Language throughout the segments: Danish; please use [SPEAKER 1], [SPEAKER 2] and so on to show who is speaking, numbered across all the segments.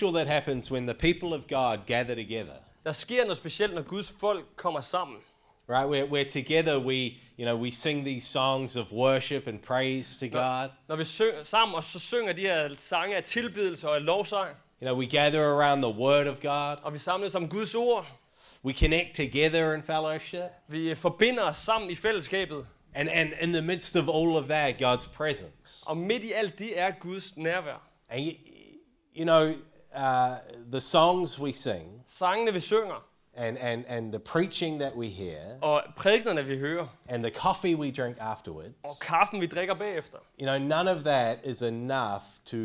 [SPEAKER 1] special that happens when the people of God gather together.
[SPEAKER 2] Der sker noget specielt, når Guds folk kommer sammen.
[SPEAKER 1] Right? Where, where together we, you know, we sing these songs of worship and praise to God.
[SPEAKER 2] Når vi synger sammen, og så synger de her sange af tilbedelse og af lovsang,
[SPEAKER 1] You know, we gather around the Word of God.
[SPEAKER 2] og vi samles om Guds ord.
[SPEAKER 1] We connect together in fellowship.
[SPEAKER 2] Vi forbinder os sammen i fællesskabet,
[SPEAKER 1] And, and in the midst of all of that, God's presence.
[SPEAKER 2] og midt i alt det er Guds nærvær.
[SPEAKER 1] And, you, you know, uh, the songs we sing
[SPEAKER 2] Sangene, vi synger,
[SPEAKER 1] and, and, and the preaching that we hear
[SPEAKER 2] og prædiknerne, vi hører,
[SPEAKER 1] and the coffee we drink afterwards,
[SPEAKER 2] og kaffen, vi drikker bagefter.
[SPEAKER 1] you know, none of that is enough to,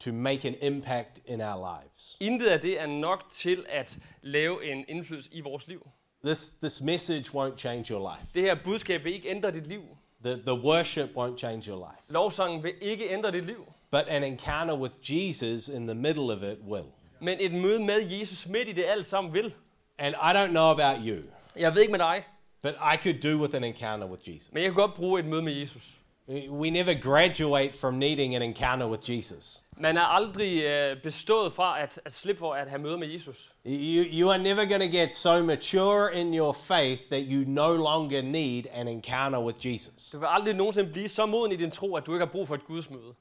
[SPEAKER 1] to make an impact in our lives.
[SPEAKER 2] Intet af det er nok til at lave en indflydelse i vores liv.
[SPEAKER 1] This, this message won't change your life.
[SPEAKER 2] Det her budskab vil ikke ændre dit liv.
[SPEAKER 1] The, the worship won't change your life.
[SPEAKER 2] Lovsangen vil ikke ændre dit liv.
[SPEAKER 1] But an encounter with Jesus in the middle of it will.
[SPEAKER 2] Men et møde med Jesus midt i det alt sammen vil.
[SPEAKER 1] And I don't know about you,
[SPEAKER 2] Jeg ved ikke med dig,
[SPEAKER 1] but I could do with an encounter with Jesus.
[SPEAKER 2] men jeg kan godt bruge et møde med Jesus.
[SPEAKER 1] We we never graduate from needing an encounter with Jesus.
[SPEAKER 2] Man er aldrig øh, bestået fra at, at slippe for at have møder med Jesus.
[SPEAKER 1] You, you are never going to get so mature in your faith that you no longer need an encounter with Jesus.
[SPEAKER 2] Du vil aldrig nogensinde blive så moden i din tro, at du ikke har brug for et gudsmøde.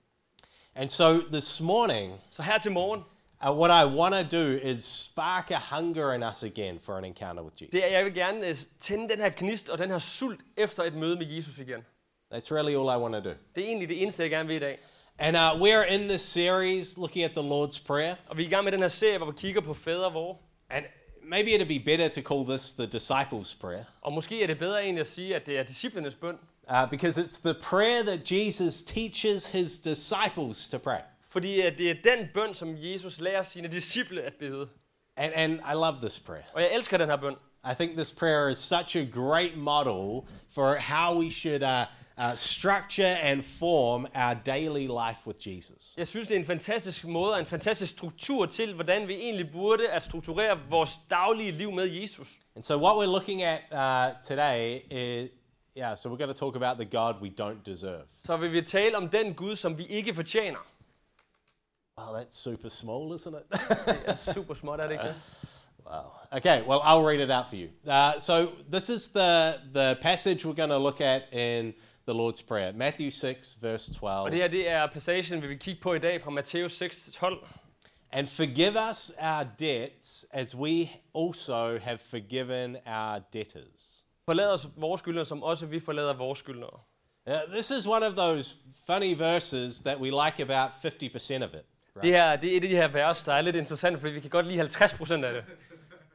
[SPEAKER 1] And so this morning,
[SPEAKER 2] Så her til morgen,
[SPEAKER 1] uh, what I want to do is spark a hunger in us again for an encounter with Jesus.
[SPEAKER 2] det er, jeg vil gerne øh, tænde den her gnist og den her sult efter et møde med Jesus igen.
[SPEAKER 1] That's really all I want to do.
[SPEAKER 2] Det er egentlig det eneste, jeg gerne vil i dag.
[SPEAKER 1] And uh, we're in this series looking at the Lord's Prayer.
[SPEAKER 2] Og vi er i gang med den her serie, hvor vi kigger på fædre vore.
[SPEAKER 1] And maybe it'd be better to call this the disciples' prayer
[SPEAKER 2] Og måske er det bedre egentlig at sige, at det er disciplenes bøn.
[SPEAKER 1] uh, because it's the prayer that Jesus teaches his disciples to pray.
[SPEAKER 2] Fordi at det er den bøn, som Jesus lærer sine disciple at bede.
[SPEAKER 1] And, and I love this prayer.
[SPEAKER 2] Og jeg elsker den her bøn.
[SPEAKER 1] I think this prayer is such a great model for how we should uh, uh, structure and form our daily life with Jesus.
[SPEAKER 2] Jeg synes, det er en fantastisk måde og en fantastisk struktur til, hvordan vi egentlig burde at strukturere vores daglige liv med Jesus.
[SPEAKER 1] And so, what we're looking at uh, today is yeah, so we're going to talk about the God we don't deserve.
[SPEAKER 2] Så vil vi tale om den Gud, som vi ikke fortjener.
[SPEAKER 1] Wow, that's super small, isn't it?
[SPEAKER 2] Det er super småt, er det ikke det?
[SPEAKER 1] Wow. Oh, Okay, well, I'll read it out for you. Uh, so this is the the passage we're going to look at in the Lord's Prayer, Matthew six, verse twelve.
[SPEAKER 2] Og det her, det er passagen, vi vil kigge på i dag fra Matthæus 6-12.
[SPEAKER 1] And forgive us our debts, as we also have forgiven our debtors.
[SPEAKER 2] Forlad os vores skyldnere, som også vi forlader vores skyldnere.
[SPEAKER 1] Uh, this is one of those funny verses that we like about fifty percent of it.
[SPEAKER 2] Det her, det er et af de her vers, der er lidt interessant, fordi vi kan godt lide 50% af det.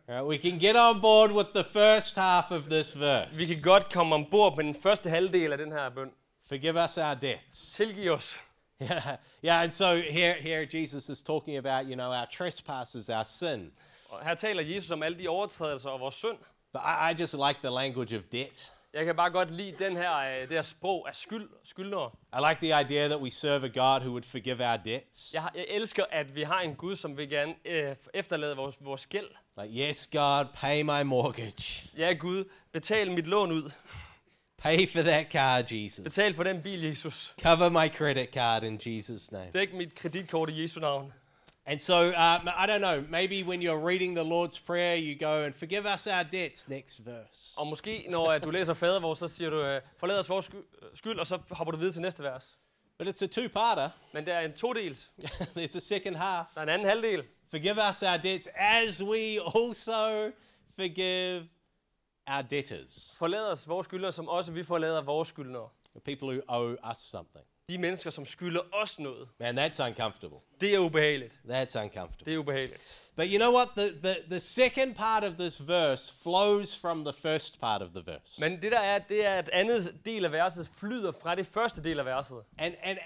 [SPEAKER 1] Uh, we can get on board with the first half of this
[SPEAKER 2] Vi
[SPEAKER 1] verse.
[SPEAKER 2] kan godt komme ombord på den første halvdel af den her bøn.
[SPEAKER 1] Forgive us our debts.
[SPEAKER 2] Tilgiv os.
[SPEAKER 1] Yeah, yeah, and so here, here Jesus is talking about, you know, our trespasses, our sin.
[SPEAKER 2] Og her taler Jesus om alle de overtrædelser og vores synd.
[SPEAKER 1] But I, I just like the language of debt.
[SPEAKER 2] Jeg kan bare godt lide den her, øh, det her sprog af skyld, skyldnere.
[SPEAKER 1] I like the idea that we serve a God who would forgive our debts.
[SPEAKER 2] Jeg, har- jeg elsker, at vi har en Gud, som vil gerne øh, efterlade vores, vores gæld.
[SPEAKER 1] Like, yes, God, pay my mortgage.
[SPEAKER 2] Ja, Gud, betal mit lån ud.
[SPEAKER 1] Pay for that car, Jesus.
[SPEAKER 2] Betal for den bil, Jesus.
[SPEAKER 1] Cover my credit card in Jesus' name.
[SPEAKER 2] Dæk mit kreditkort i Jesu navn.
[SPEAKER 1] And so, uh, m- I don't know, maybe when you're reading the Lord's Prayer, you go and forgive us our debts, next verse.
[SPEAKER 2] Og måske, når øh, du læser fader vores, så siger du, øh, forlad os vores sky- øh, skyld, og så hopper du videre til næste vers.
[SPEAKER 1] But it's a two parter,
[SPEAKER 2] Men der er en todels.
[SPEAKER 1] there's a second half.
[SPEAKER 2] Der er en anden halvdel.
[SPEAKER 1] Forgive us our debts as we also forgive our debtors,
[SPEAKER 2] Forlad os vores skyldnere, som også vi forlader vores skyldnere.
[SPEAKER 1] the people who owe us something.
[SPEAKER 2] De mennesker, som skylder os noget.
[SPEAKER 1] Man, that's uncomfortable.
[SPEAKER 2] Det er ubehageligt.
[SPEAKER 1] That's uncomfortable.
[SPEAKER 2] Det er ubehageligt.
[SPEAKER 1] But you know what? The, the, the second part of this verse flows from the first part of the verse.
[SPEAKER 2] Men det der er, det er, at andet del af verset flyder fra det første del af verset.
[SPEAKER 1] And, and,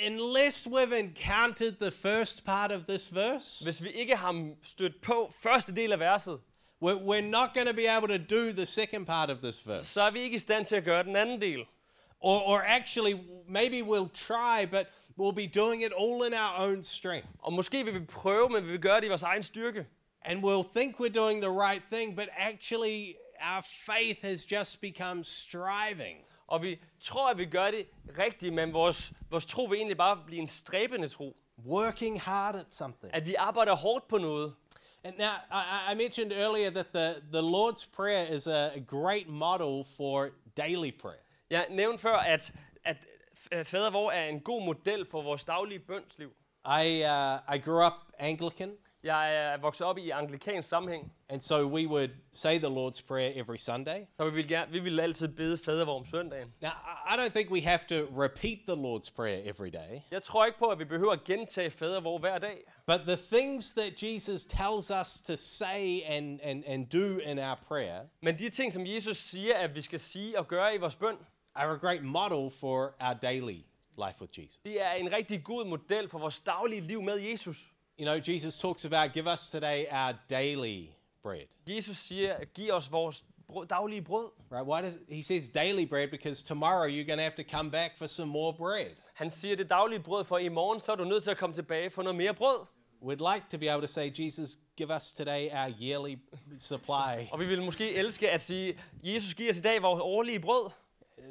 [SPEAKER 1] and unless we've encountered the first part of this verse,
[SPEAKER 2] Hvis vi ikke har stødt på første del af verset,
[SPEAKER 1] we're, we're not going to be able to do the second part of this verse.
[SPEAKER 2] så er vi ikke i stand til at gøre den anden del.
[SPEAKER 1] Or, or actually, maybe we'll try, but we'll be doing it all in our own strength.
[SPEAKER 2] Og måske vil vi prøve, men vi vil gøre det i vores egen styrke.
[SPEAKER 1] And we'll think we're doing the right thing, but actually, our faith has just become striving.
[SPEAKER 2] Og vi tror, at vi gør det rigtigt, men vores, vores tro vil egentlig bare blive en stræbende tro.
[SPEAKER 1] working hard at something.
[SPEAKER 2] At vi arbejder hårdt på noget.
[SPEAKER 1] And now, I, I- I mentioned earlier that the, the Lord's Prayer is a great model for daily prayer.
[SPEAKER 2] Jeg nævnte før, at, at øh, fader vor er en god model for vores daglige bønsliv.
[SPEAKER 1] I, uh, I grew up Anglican,
[SPEAKER 2] Jeg er vokset op i anglikansk sammenhæng,
[SPEAKER 1] and so we would say the Lord's Prayer every Sunday.
[SPEAKER 2] så vi ville, gerne, vi ville altid bede fader vor om søndagen.
[SPEAKER 1] Now, I- I don't think we have to repeat the Lord's Prayer every day,
[SPEAKER 2] Jeg tror ikke på, at vi behøver at gentage fader vor hver dag.
[SPEAKER 1] but the things that Jesus tells us to say and, and, and do in our prayer
[SPEAKER 2] Men de ting, som Jesus siger, at vi skal sige og gøre i vores bøn,
[SPEAKER 1] are a great model for our daily life with Jesus.
[SPEAKER 2] det er en rigtig god model for vores daglige liv med Jesus.
[SPEAKER 1] You know, Jesus talks about give us today our daily bread.
[SPEAKER 2] Jesus siger, giv os vores brød, daglige brød.
[SPEAKER 1] Right? Why does he says daily bread? Because tomorrow you're going to have to come back for some more bread.
[SPEAKER 2] Han siger, det daglige brød, for i morgen så er du nødt til at komme tilbage for noget mere brød.
[SPEAKER 1] We'd like to be able to say, Jesus, give us today our yearly supply.
[SPEAKER 2] Og vi vil måske elske at sige, Jesus giver os i dag vores årlige brød.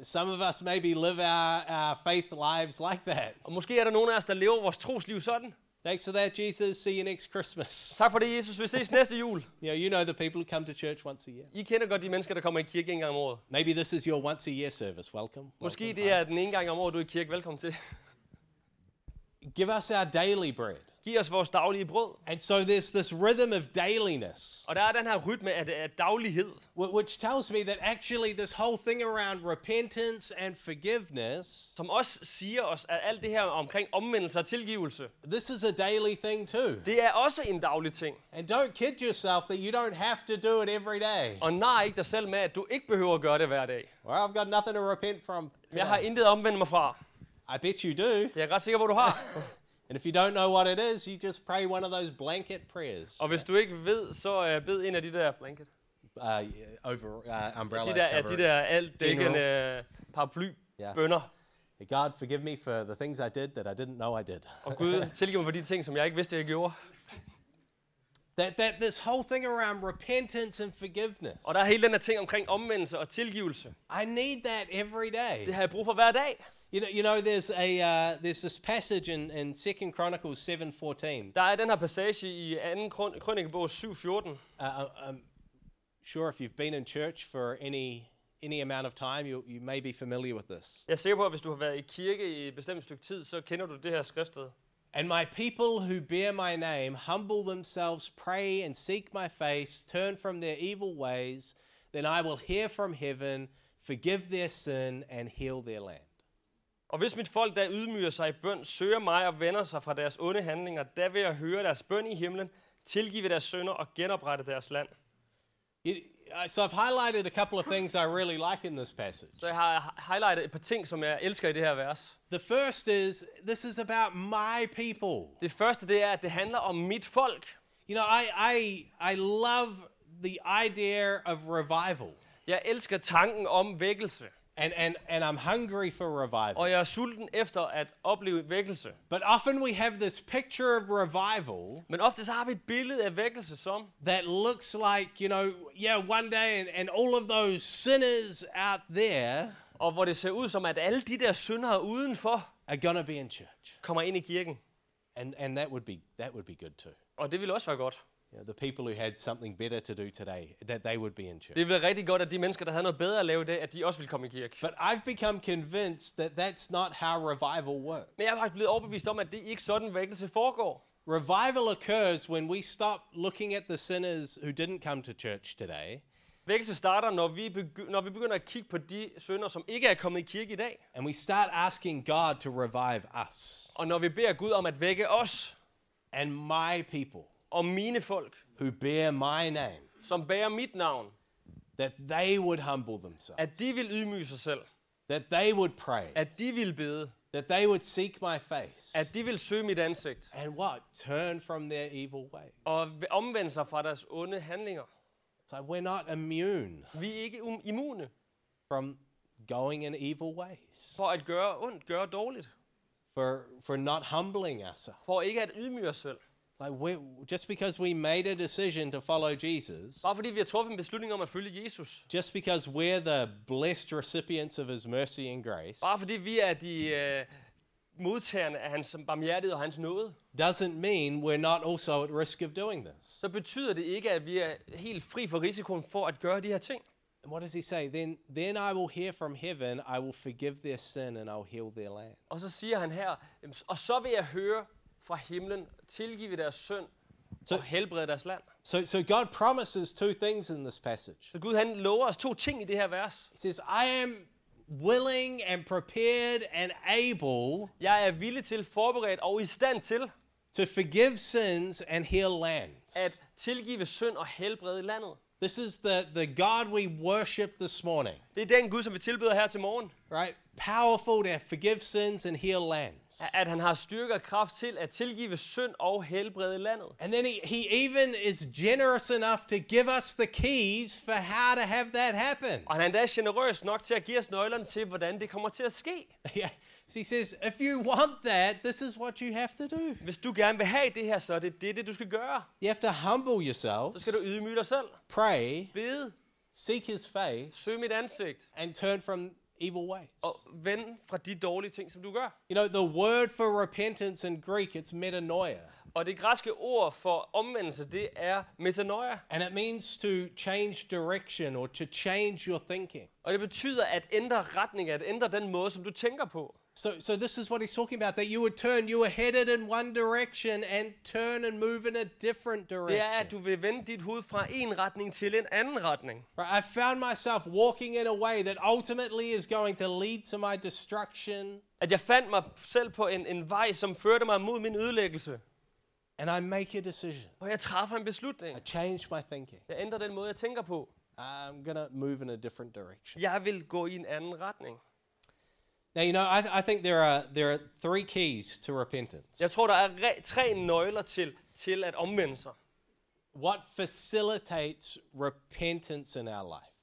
[SPEAKER 1] Some of us maybe live our, our faith lives like that.
[SPEAKER 2] Og måske er der nogen af os, der lever vores trosliv sådan.
[SPEAKER 1] Thanks for that, Jesus. See you next Christmas.
[SPEAKER 2] Tak for det, Jesus. Vi ses næste jul.
[SPEAKER 1] You know, you know the people who come to church once a year.
[SPEAKER 2] I kender godt de mennesker, der kommer i kirke en gang om året.
[SPEAKER 1] Maybe this is your once a year service. Welcome.
[SPEAKER 2] Måske
[SPEAKER 1] welcome.
[SPEAKER 2] det er den ene gang om året, du er i kirke. Velkommen til.
[SPEAKER 1] Give us our daily bread.
[SPEAKER 2] Giv os vores daglige brød.
[SPEAKER 1] And so there's this rhythm of dailiness,
[SPEAKER 2] Og der er den her rytme af, af daglighed,
[SPEAKER 1] wh- which tells me that actually this whole thing around repentance and forgiveness
[SPEAKER 2] som også siger os, at alt det her omkring omvendelse og tilgivelse,
[SPEAKER 1] This is a daily thing too.
[SPEAKER 2] det er også en daglig ting.
[SPEAKER 1] And don't kid yourself that you don't have to do it every day.
[SPEAKER 2] Og nej ikke dig selv med, at du ikke behøver at gøre det hver dag.
[SPEAKER 1] Well, I've got nothing to repent from.
[SPEAKER 2] Men jeg har
[SPEAKER 1] today.
[SPEAKER 2] intet at omvende mig fra.
[SPEAKER 1] I bet you do.
[SPEAKER 2] Det er jeg ret sikker på, du har.
[SPEAKER 1] And if you don't know what it is, you just pray one of those blanket prayers
[SPEAKER 2] Og hvis du ikke ved, så uh, bed en af de der blanket.
[SPEAKER 1] uh, over uh, umbrella.
[SPEAKER 2] De der, af
[SPEAKER 1] cover it.
[SPEAKER 2] de der alt dækkende paraply
[SPEAKER 1] Ja.
[SPEAKER 2] bønder.
[SPEAKER 1] God, forgive me for the things I did that I didn't know I did.
[SPEAKER 2] Og Gud, tilgiv mig for de ting, som jeg ikke vidste, jeg gjorde.
[SPEAKER 1] That that this whole thing around repentance and forgiveness.
[SPEAKER 2] Og der er hele den her ting omkring omvendelse og tilgivelse.
[SPEAKER 1] I need that every
[SPEAKER 2] Det
[SPEAKER 1] day.
[SPEAKER 2] har jeg brug for hver dag.
[SPEAKER 1] You know, you know, there's a uh, there's this passage in in Second Chronicles seven fourteen.
[SPEAKER 2] Der er den her passage i 2. Krøn- Krønikebog 7.14.
[SPEAKER 1] Uh, I- I'm sure if you've been in church for any any amount of time, you you may be familiar with this.
[SPEAKER 2] Jeg er sikker på, at hvis du har været i kirke i et bestemt stykke tid, så kender du det her skriftsted.
[SPEAKER 1] And my people who bear my name humble themselves, pray and seek my face, turn from their evil ways, then I will hear from heaven, forgive their sin and heal their land.
[SPEAKER 2] Og hvis mit folk, der ydmyger sig i bøn, søger mig og vender sig fra deres onde handlinger, der vil jeg høre deres bøn i himlen, tilgive deres sønder og genoprette deres land.
[SPEAKER 1] You, uh, so I've highlighted a couple of things I really like in this passage.
[SPEAKER 2] Så jeg har highlightet et par ting, som jeg elsker i det her vers.
[SPEAKER 1] The first is this is about my people.
[SPEAKER 2] Det første, det er, at det handler om mit folk.
[SPEAKER 1] You know, I I I love the idea of revival.
[SPEAKER 2] Jeg elsker tanken om vækkelse,
[SPEAKER 1] and and and I'm hungry for revival.
[SPEAKER 2] og jeg er sulten efter at opleve vækkelse.
[SPEAKER 1] But often we have this picture of revival
[SPEAKER 2] Men ofte så har vi et billede af vækkelse som,
[SPEAKER 1] that looks like you know, yeah, one day and, and all of those sinners out there
[SPEAKER 2] og hvor det ser ud som, at alle de der syndere udenfor
[SPEAKER 1] are gonna be in church,
[SPEAKER 2] kommer ind i kirken.
[SPEAKER 1] and and that would be that would be good too.
[SPEAKER 2] Og det ville også være godt.
[SPEAKER 1] You know, the people who had something better to do today, that they would be in church.
[SPEAKER 2] Det ville være rigtig godt, at de mennesker, der havde noget bedre at lave i dag, at de også ville komme i kirke.
[SPEAKER 1] But I've become convinced that that's not how revival works.
[SPEAKER 2] Men jeg er faktisk blevet overbevist om, at det ikke sådan vækkelse foregår.
[SPEAKER 1] Revival occurs when we stop looking at the sinners who didn't come to church today
[SPEAKER 2] Vækkelse starter, når vi, begy- når vi begynder at kigge på de sønder, som ikke er kommet i kirke i dag.
[SPEAKER 1] and we start asking God to revive us.
[SPEAKER 2] Og når vi beder Gud om at vække os
[SPEAKER 1] and my people
[SPEAKER 2] og mine folk,
[SPEAKER 1] who bear my name,
[SPEAKER 2] som bærer mit navn,
[SPEAKER 1] that they would humble themselves,
[SPEAKER 2] at de vil ydmyge sig selv,
[SPEAKER 1] that they would pray,
[SPEAKER 2] at de vil bede,
[SPEAKER 1] that they would seek my face,
[SPEAKER 2] at de vil søge mit ansigt
[SPEAKER 1] and what? Turn from their evil ways.
[SPEAKER 2] og vil omvende sig fra deres onde handlinger.
[SPEAKER 1] It's like we're not immune
[SPEAKER 2] Vi er ikke um- immune
[SPEAKER 1] from going in evil ways,
[SPEAKER 2] for at gøre ondt, gøre dårligt,
[SPEAKER 1] for, for not humbling ourselves.
[SPEAKER 2] for ikke at ydmyge os selv.
[SPEAKER 1] Like we just because we made a decision to follow Jesus,
[SPEAKER 2] Bare fordi vi har truffet en beslutning om at følge Jesus,
[SPEAKER 1] just because we're the blessed recipients of his mercy and grace,
[SPEAKER 2] Bare fordi vi er de, øh, modtagerne af hans barmhjertighed og hans nåde,
[SPEAKER 1] doesn't mean we're not also at risk of doing this.
[SPEAKER 2] så betyder det ikke, at vi er helt fri for risikoen for at gøre de her ting.
[SPEAKER 1] And what does he say? Then, then I will hear from heaven, I will forgive their sin and I'll heal their land.
[SPEAKER 2] Og så siger han her, "Jamen, s- og så vil jeg høre fra himlen, tilgive deres synd
[SPEAKER 1] Så-
[SPEAKER 2] og helbrede deres land.
[SPEAKER 1] So, so God promises two things in this passage.
[SPEAKER 2] Så Gud han lover os to ting i det her vers.
[SPEAKER 1] He says, I am willing and prepared and able
[SPEAKER 2] Jeg er villig til, forberedt og i stand til
[SPEAKER 1] to forgive sins and heal lands.
[SPEAKER 2] at tilgive synd og helbrede landet.
[SPEAKER 1] This is the, the God we worship this morning,
[SPEAKER 2] Det er den Gud, som vi tilbeder her til morgen.
[SPEAKER 1] right? Powerful to forgive sins and heal lands.
[SPEAKER 2] At han har styrke og kraft til at tilgive synd og helbrede landet.
[SPEAKER 1] And then he, he even is generous enough to give us the keys for how to have that happen.
[SPEAKER 2] Og han er endda generøs nok til at give os nøglerne til, hvordan det kommer til at ske.
[SPEAKER 1] Yeah. So he says, if you want that, this is what you have to do.
[SPEAKER 2] Hvis du gerne vil have det her, så er det det, det du skal gøre.
[SPEAKER 1] You have to humble
[SPEAKER 2] Så
[SPEAKER 1] yourself,
[SPEAKER 2] skal du ydmyge dig selv.
[SPEAKER 1] pray,
[SPEAKER 2] Bede,
[SPEAKER 1] seek his face,
[SPEAKER 2] søg mit ansigt
[SPEAKER 1] and turn from evil ways.
[SPEAKER 2] og vend fra de dårlige ting, som du gør.
[SPEAKER 1] You know, the word for repentance in Greek, it's metanoia,
[SPEAKER 2] Og det græske ord for omvendelse, det er metanoia.
[SPEAKER 1] and it means to change direction or to change your thinking.
[SPEAKER 2] Og det betyder at ændre retning, at ændre den måde, som du tænker på.
[SPEAKER 1] So, so this is what he's talking about, that you would turn, you were headed in one direction and turn and move in a different
[SPEAKER 2] Det er,
[SPEAKER 1] direction.
[SPEAKER 2] at du vil vende dit hoved fra en retning til en anden retning.
[SPEAKER 1] Right? I found myself walking in a way that ultimately is going to lead to my destruction
[SPEAKER 2] At jeg fandt mig selv på en, en vej, som førte mig mod min ødelæggelse.
[SPEAKER 1] and I make a decision.
[SPEAKER 2] Og jeg træffer en
[SPEAKER 1] I
[SPEAKER 2] beslutning.
[SPEAKER 1] change my thinking.
[SPEAKER 2] Jeg ændrer den måde, jeg tænker på.
[SPEAKER 1] I'm going to move in a different direction.
[SPEAKER 2] Jeg vil gå i en anden retning.
[SPEAKER 1] Now, you know, I, I think there are, there are three keys to repentance.
[SPEAKER 2] Jeg tror, der er re- tre nøgler til, til at omvende sig.
[SPEAKER 1] What facilitates repentance in our life?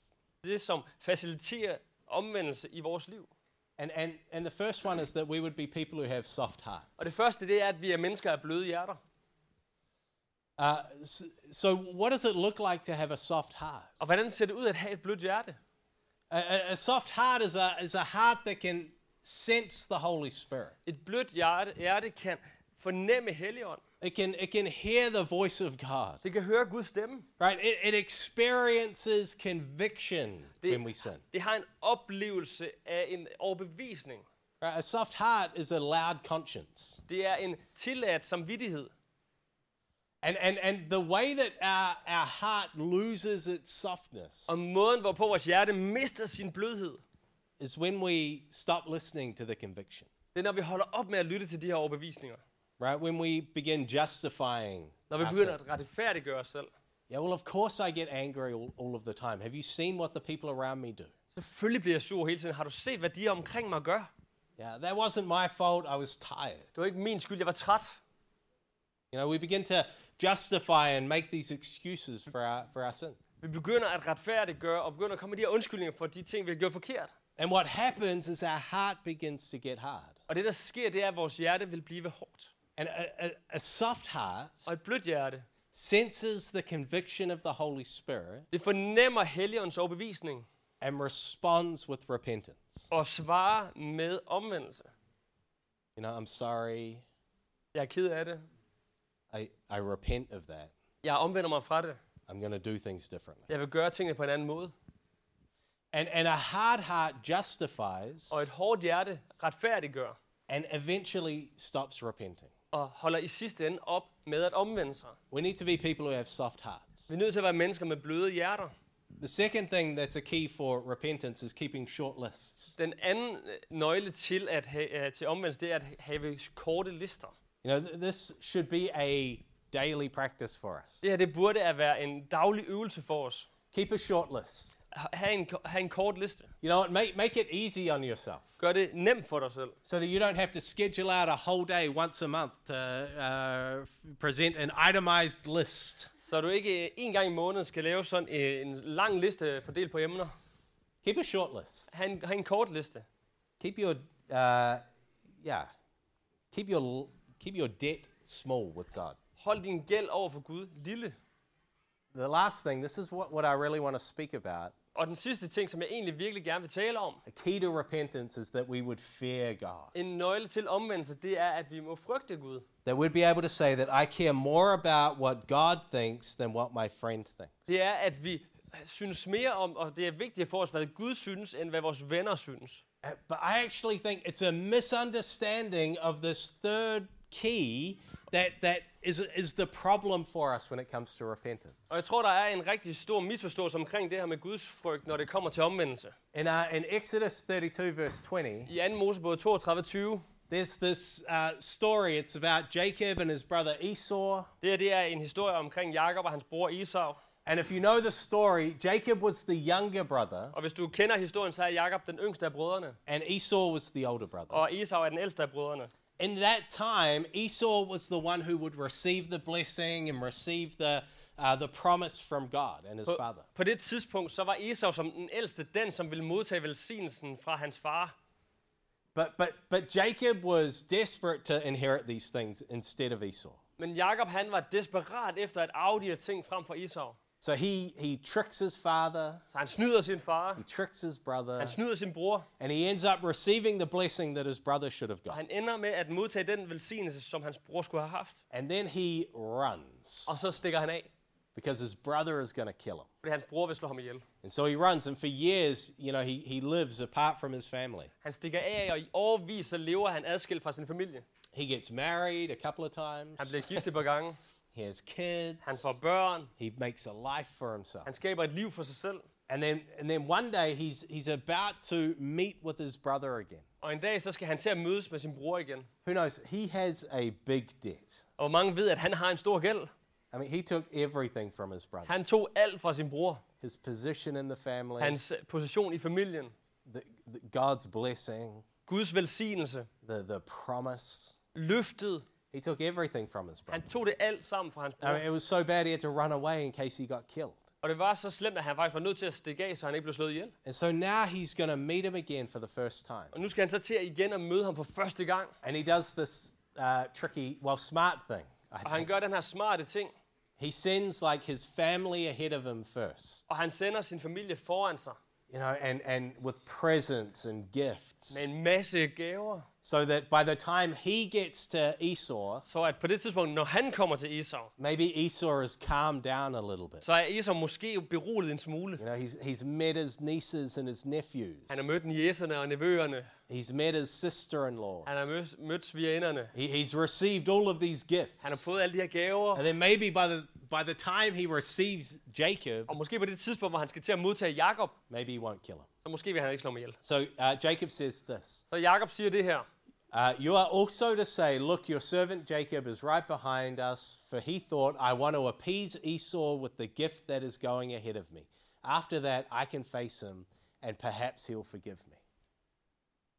[SPEAKER 2] Det, som faciliterer omvendelse i vores liv.
[SPEAKER 1] And, and, and the first one is that we would be people who have soft
[SPEAKER 2] Og det
[SPEAKER 1] hearts.
[SPEAKER 2] første, det er, at vi er mennesker af bløde hjerter.
[SPEAKER 1] Uh, so, so, what does it look like to have a soft heart?
[SPEAKER 2] Og hvordan ser det ud at have et blødt hjerte?
[SPEAKER 1] A, a, a soft heart is a, is a heart that can sense the Holy Spirit,
[SPEAKER 2] Et blødt hjerte, hjerte kan fornemme Helligånd.
[SPEAKER 1] it can, it can hear the voice of God.
[SPEAKER 2] Det kan høre Guds stemme.
[SPEAKER 1] Right? It, it experiences conviction
[SPEAKER 2] Det-
[SPEAKER 1] when we sin.
[SPEAKER 2] Det har en oplevelse af en overbevisning.
[SPEAKER 1] Right? A soft heart is a loud conscience.
[SPEAKER 2] Det er en tilladt samvittighed.
[SPEAKER 1] And, and, and the way that our, our heart loses its softness
[SPEAKER 2] Og måden, hvorpå vores hjerte mister sin blødhed,
[SPEAKER 1] is when we stop listening to the conviction,
[SPEAKER 2] det er, når vi holder op med at lytte til de her overbevisninger.
[SPEAKER 1] right? When we begin justifying.
[SPEAKER 2] Når vi
[SPEAKER 1] our
[SPEAKER 2] begynder
[SPEAKER 1] sin.
[SPEAKER 2] at retfærdiggøre os selv.
[SPEAKER 1] Yeah, well, of course I get angry all, all of the time. Have you seen what the people around me do?
[SPEAKER 2] Selvfølgelig bliver jeg sur hele tiden. Har du set, hvad de omkring mig gør?
[SPEAKER 1] Yeah, that wasn't my fault. I was tired.
[SPEAKER 2] Det var ikke min skyld, jeg var træt.
[SPEAKER 1] You know, we begin to justify and make these excuses for our, for our sin.
[SPEAKER 2] Vi begynder at retfærdiggøre og begynder at komme med de her undskyldninger for de ting, vi har gjort forkert.
[SPEAKER 1] And what happens is our heart begins to get hard.
[SPEAKER 2] Og det, der sker, det er, at vores hjerte vil blive hårdt.
[SPEAKER 1] And a, a, a soft heart
[SPEAKER 2] Og et blødt hjerte,
[SPEAKER 1] senses the conviction of the Holy Spirit
[SPEAKER 2] det fornemmer Helligåndens overbevisning
[SPEAKER 1] and responds with repentance.
[SPEAKER 2] og svarer med omvendelse.
[SPEAKER 1] You know, I'm sorry.
[SPEAKER 2] Jeg er ked af det.
[SPEAKER 1] I, I repent of that.
[SPEAKER 2] Jeg omvender mig fra det.
[SPEAKER 1] I'm going to do things differently.
[SPEAKER 2] Jeg vil gøre tingene på en anden måde.
[SPEAKER 1] And, and a hard heart justifies
[SPEAKER 2] Og et hårdt hjerte retfærdiggør
[SPEAKER 1] and eventually stops repenting.
[SPEAKER 2] og holder i sidste ende op med at omvende sig.
[SPEAKER 1] We need to be people who have soft hearts.
[SPEAKER 2] Vi er nødt til at være mennesker med bløde hjerter.
[SPEAKER 1] The second thing that's a key for repentance is keeping short lists.
[SPEAKER 2] Den anden øh, nøgle til at have, øh, til omvendelse, det er at have korte lister.
[SPEAKER 1] You know, th- this should be a daily practice for us.
[SPEAKER 2] Det her det burde at være en daglig øvelse for os.
[SPEAKER 1] Keep a short list.
[SPEAKER 2] Ha- Have en, ko- have en kort liste.
[SPEAKER 1] You know, make, make it easy on yourself.
[SPEAKER 2] Gør det nemt for dig selv.
[SPEAKER 1] so that you don't have to schedule out a whole day once a month to uh, f- present an itemized list.
[SPEAKER 2] Så du ikke øh, en gang i måneden skal lave sådan øh, en lang liste fordelt på emner.
[SPEAKER 1] Keep a short list.
[SPEAKER 2] Ha' en, have en kort liste.
[SPEAKER 1] Keep your uh, yeah. Keep your l- keep your debt small with God.
[SPEAKER 2] Hold din gæld over for Gud lille.
[SPEAKER 1] The last thing, this is what, what I really want to speak about,
[SPEAKER 2] Og den sidste ting, som jeg egentlig virkelig gerne vil tale om,
[SPEAKER 1] The key to repentance is that we would fear God,
[SPEAKER 2] en nøgle til omvendelse, det er, at vi må frygte Gud.
[SPEAKER 1] that we'd be able to say that I care more about what God thinks than what my friend thinks.
[SPEAKER 2] Det er, at vi øh, synes mere om, og det er vigtigt for os, hvad Gud synes, end hvad vores venner synes.
[SPEAKER 1] Uh, But I actually think it's a misunderstanding of this third key that, that is, is the problem for us when it comes to repentance.
[SPEAKER 2] Og jeg tror, der er en rigtig stor misforståelse omkring det her med Guds frygt, når det kommer til omvendelse.
[SPEAKER 1] In, uh, in Exodus 32, verse 20,
[SPEAKER 2] I 2. Mosebog 32, 20,
[SPEAKER 1] there's this uh, story. It's about Jacob and his brother Esau.
[SPEAKER 2] det her det er en historie omkring Jakob og hans bror Esau.
[SPEAKER 1] And if you know the story, Jacob was the younger brother,
[SPEAKER 2] Og hvis du kender historien, så er Jakob den yngste af brødrene,
[SPEAKER 1] and Esau was the older brother.
[SPEAKER 2] og Esau er den ældste af brødrene.
[SPEAKER 1] In that time, Esau was the one who would receive the blessing and receive the, uh, the promise from God and his
[SPEAKER 2] På,
[SPEAKER 1] father.
[SPEAKER 2] på det tidspunkt, så var Esau som den ældste den, som ville modtage velsignelsen fra hans far.
[SPEAKER 1] But, but, but Jacob was desperate to inherit these things instead of Esau.
[SPEAKER 2] Men Jakob han var desperat efter at arve de her ting frem for Esau.
[SPEAKER 1] So he, he tricks his father,
[SPEAKER 2] Så han snyder sin far,
[SPEAKER 1] he tricks his brother,
[SPEAKER 2] han snyder sin bror,
[SPEAKER 1] and he ends up receiving the blessing that his brother should have
[SPEAKER 2] og
[SPEAKER 1] got.
[SPEAKER 2] han ender med at modtage den velsignelse, som hans bror skulle have haft.
[SPEAKER 1] And then he runs
[SPEAKER 2] Og så stikker han af,
[SPEAKER 1] because his brother is going to kill him.
[SPEAKER 2] fordi hans bror vil slå ham ihjel.
[SPEAKER 1] And so he runs, and for years, you know, he, he lives apart from his family.
[SPEAKER 2] Han stikker af, og i årvis så lever han adskilt fra sin familie.
[SPEAKER 1] He gets married a couple of
[SPEAKER 2] Han
[SPEAKER 1] times.
[SPEAKER 2] bliver gift et par gange,
[SPEAKER 1] He has kids.
[SPEAKER 2] han får børn,
[SPEAKER 1] He makes a life for himself.
[SPEAKER 2] han skaber et liv for sig selv.
[SPEAKER 1] And then, and then one day he's, he's about to meet with his brother again.
[SPEAKER 2] Og en dag så skal han til at mødes med sin bror igen.
[SPEAKER 1] Who knows? He has a big debt.
[SPEAKER 2] Og hvor mange ved, at han har en stor gæld?
[SPEAKER 1] I mean, he took everything from his brother
[SPEAKER 2] Han tog alt fra sin bror.
[SPEAKER 1] his position in the family,
[SPEAKER 2] Hans øh, position i familien,
[SPEAKER 1] the, the, God's blessing,
[SPEAKER 2] Guds velsignelse,
[SPEAKER 1] the, the promise.
[SPEAKER 2] løftet.
[SPEAKER 1] He took everything from his brother.
[SPEAKER 2] Han tog det alt sammen fra hans bror.
[SPEAKER 1] I mean, it was so bad he had to run away in case he got killed.
[SPEAKER 2] Og det var så slemt, at han faktisk var nødt til at stikke af, så han ikke blev slået ihjel.
[SPEAKER 1] And so now he's going to meet him again for the first time.
[SPEAKER 2] Og nu skal han så til at igen at møde ham for første gang.
[SPEAKER 1] And he does this uh, tricky, well, smart thing. I
[SPEAKER 2] Og
[SPEAKER 1] think.
[SPEAKER 2] han gør den her smarte ting,
[SPEAKER 1] He sends like his family ahead of him first,
[SPEAKER 2] og han sender sin familie foran sig
[SPEAKER 1] you know, and, and with presents and gifts.
[SPEAKER 2] med en masse gaver.
[SPEAKER 1] So that by the time he gets to Esau,
[SPEAKER 2] Så at på det tidspunkt, når han kommer til Esau,
[SPEAKER 1] maybe Esau has calmed down a little bit.
[SPEAKER 2] så er Esau måske beroliget en smule.
[SPEAKER 1] You know, he's, he's met his nieces and his nephews.
[SPEAKER 2] Han har mødt niæserne og nevøerne.
[SPEAKER 1] He's met his sister-in-law.
[SPEAKER 2] Han har mødt, mødt svigerinderne.
[SPEAKER 1] He, he's received all of these gifts.
[SPEAKER 2] Han har fået alle de her gaver.
[SPEAKER 1] And then maybe by the, by the time he receives Jacob,
[SPEAKER 2] Og måske på det tidspunkt, hvor han skal til at modtage Jakob,
[SPEAKER 1] maybe he won't kill him.
[SPEAKER 2] så måske vil han ikke slå ham ihjel.
[SPEAKER 1] So uh, Jacob says this
[SPEAKER 2] Så Jakob siger det her.
[SPEAKER 1] uh, You are also to say, Look, your servant Jacob is right behind us, for he thought, I want to appease Esau with the gift that is going ahead of me. After that, I can face him, and perhaps he'll forgive me.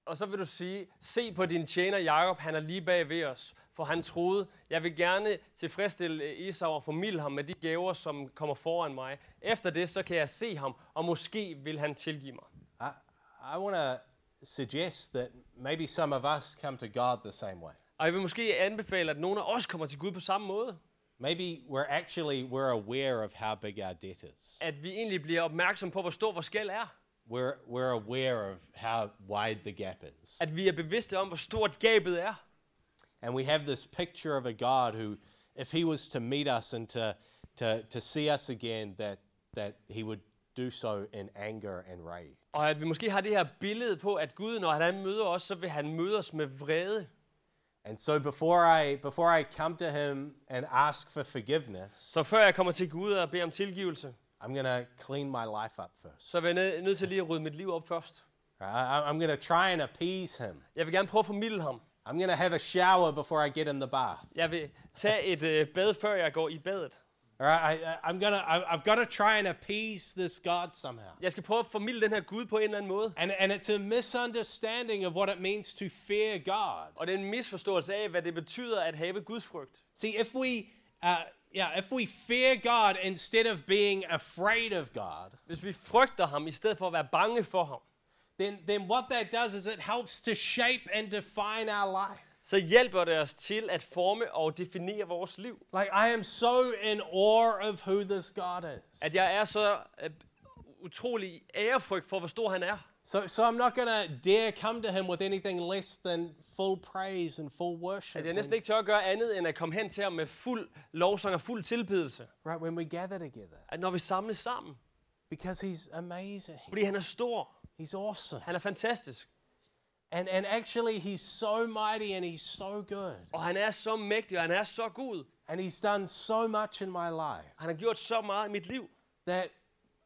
[SPEAKER 2] Og så vil du sige, se på din tjener Jakob, han er lige bag ved os. For han troede, jeg vil gerne tilfredsstille eh, Esau og formidle ham med de gaver, som kommer foran mig. Efter det, så kan jeg se ham, og måske vil han tilgive mig.
[SPEAKER 1] I, I want to suggest that maybe some of us come to God the same way.
[SPEAKER 2] Og jeg vil måske anbefale, at nogen af os kommer til Gud på samme måde.
[SPEAKER 1] Maybe we're actually we're aware of how big our debt is.
[SPEAKER 2] At vi egentlig bliver opmærksom på, hvor stor vores gæld er.
[SPEAKER 1] We're we're aware of how wide the gap is.
[SPEAKER 2] At vi er bevidste om, hvor stort gabet er.
[SPEAKER 1] And we have this picture of a God who, if he was to meet us and to, to, to see us again, that, that he would do so in anger and rage.
[SPEAKER 2] Og at vi måske har det her billede på, at Gud, når han møder os, så vil han møde os med vrede.
[SPEAKER 1] And so before I, before I come to him and ask for forgiveness,
[SPEAKER 2] Så før jeg kommer til Gud og beder om tilgivelse,
[SPEAKER 1] I'm going to clean my life up first.
[SPEAKER 2] så er jeg nø- nødt til lige at rydde mit liv op først.
[SPEAKER 1] Right? I, I'm going to try and appease him.
[SPEAKER 2] Jeg vil gerne prøve at formidle ham.
[SPEAKER 1] I'm going to have a shower before I get in the bath.
[SPEAKER 2] Jeg vil tage et øh, bad, før jeg går i badet.
[SPEAKER 1] All right, I, I, I'm gonna, I, I've got to try and appease this God somehow.
[SPEAKER 2] Jeg skal prøve at formidle den her Gud på en eller anden måde.
[SPEAKER 1] And, and it's a misunderstanding of what it means to fear God.
[SPEAKER 2] Og det er en misforståelse af, hvad det betyder at have Guds frygt.
[SPEAKER 1] See, if we, uh, yeah, if we fear God instead of being afraid of God,
[SPEAKER 2] Hvis vi frygter ham, i stedet for at være bange for ham,
[SPEAKER 1] then, then what that does is it helps to shape and define our life.
[SPEAKER 2] så hjælper det os til at forme og definere vores liv.
[SPEAKER 1] Like, I am so in awe of who this God is.
[SPEAKER 2] At jeg er så øh, utrolig ærefrygt for, hvor stor han er.
[SPEAKER 1] So, so I'm not going to dare come to him with anything less than full praise and full worship.
[SPEAKER 2] At jeg
[SPEAKER 1] when-
[SPEAKER 2] næsten ikke tør at gøre andet, end at komme hen til ham med fuld lovsang og fuld tilbedelse.
[SPEAKER 1] right when we gather together
[SPEAKER 2] At når vi samles sammen,
[SPEAKER 1] because he's amazing.
[SPEAKER 2] fordi han er stor,
[SPEAKER 1] He's awesome.
[SPEAKER 2] han er fantastisk,
[SPEAKER 1] And, and actually, he's so mighty and he's so good.
[SPEAKER 2] og han er så mægtig, og han er så Gud.
[SPEAKER 1] And he's done so much in my life
[SPEAKER 2] Han har gjort så meget i mit liv,
[SPEAKER 1] that,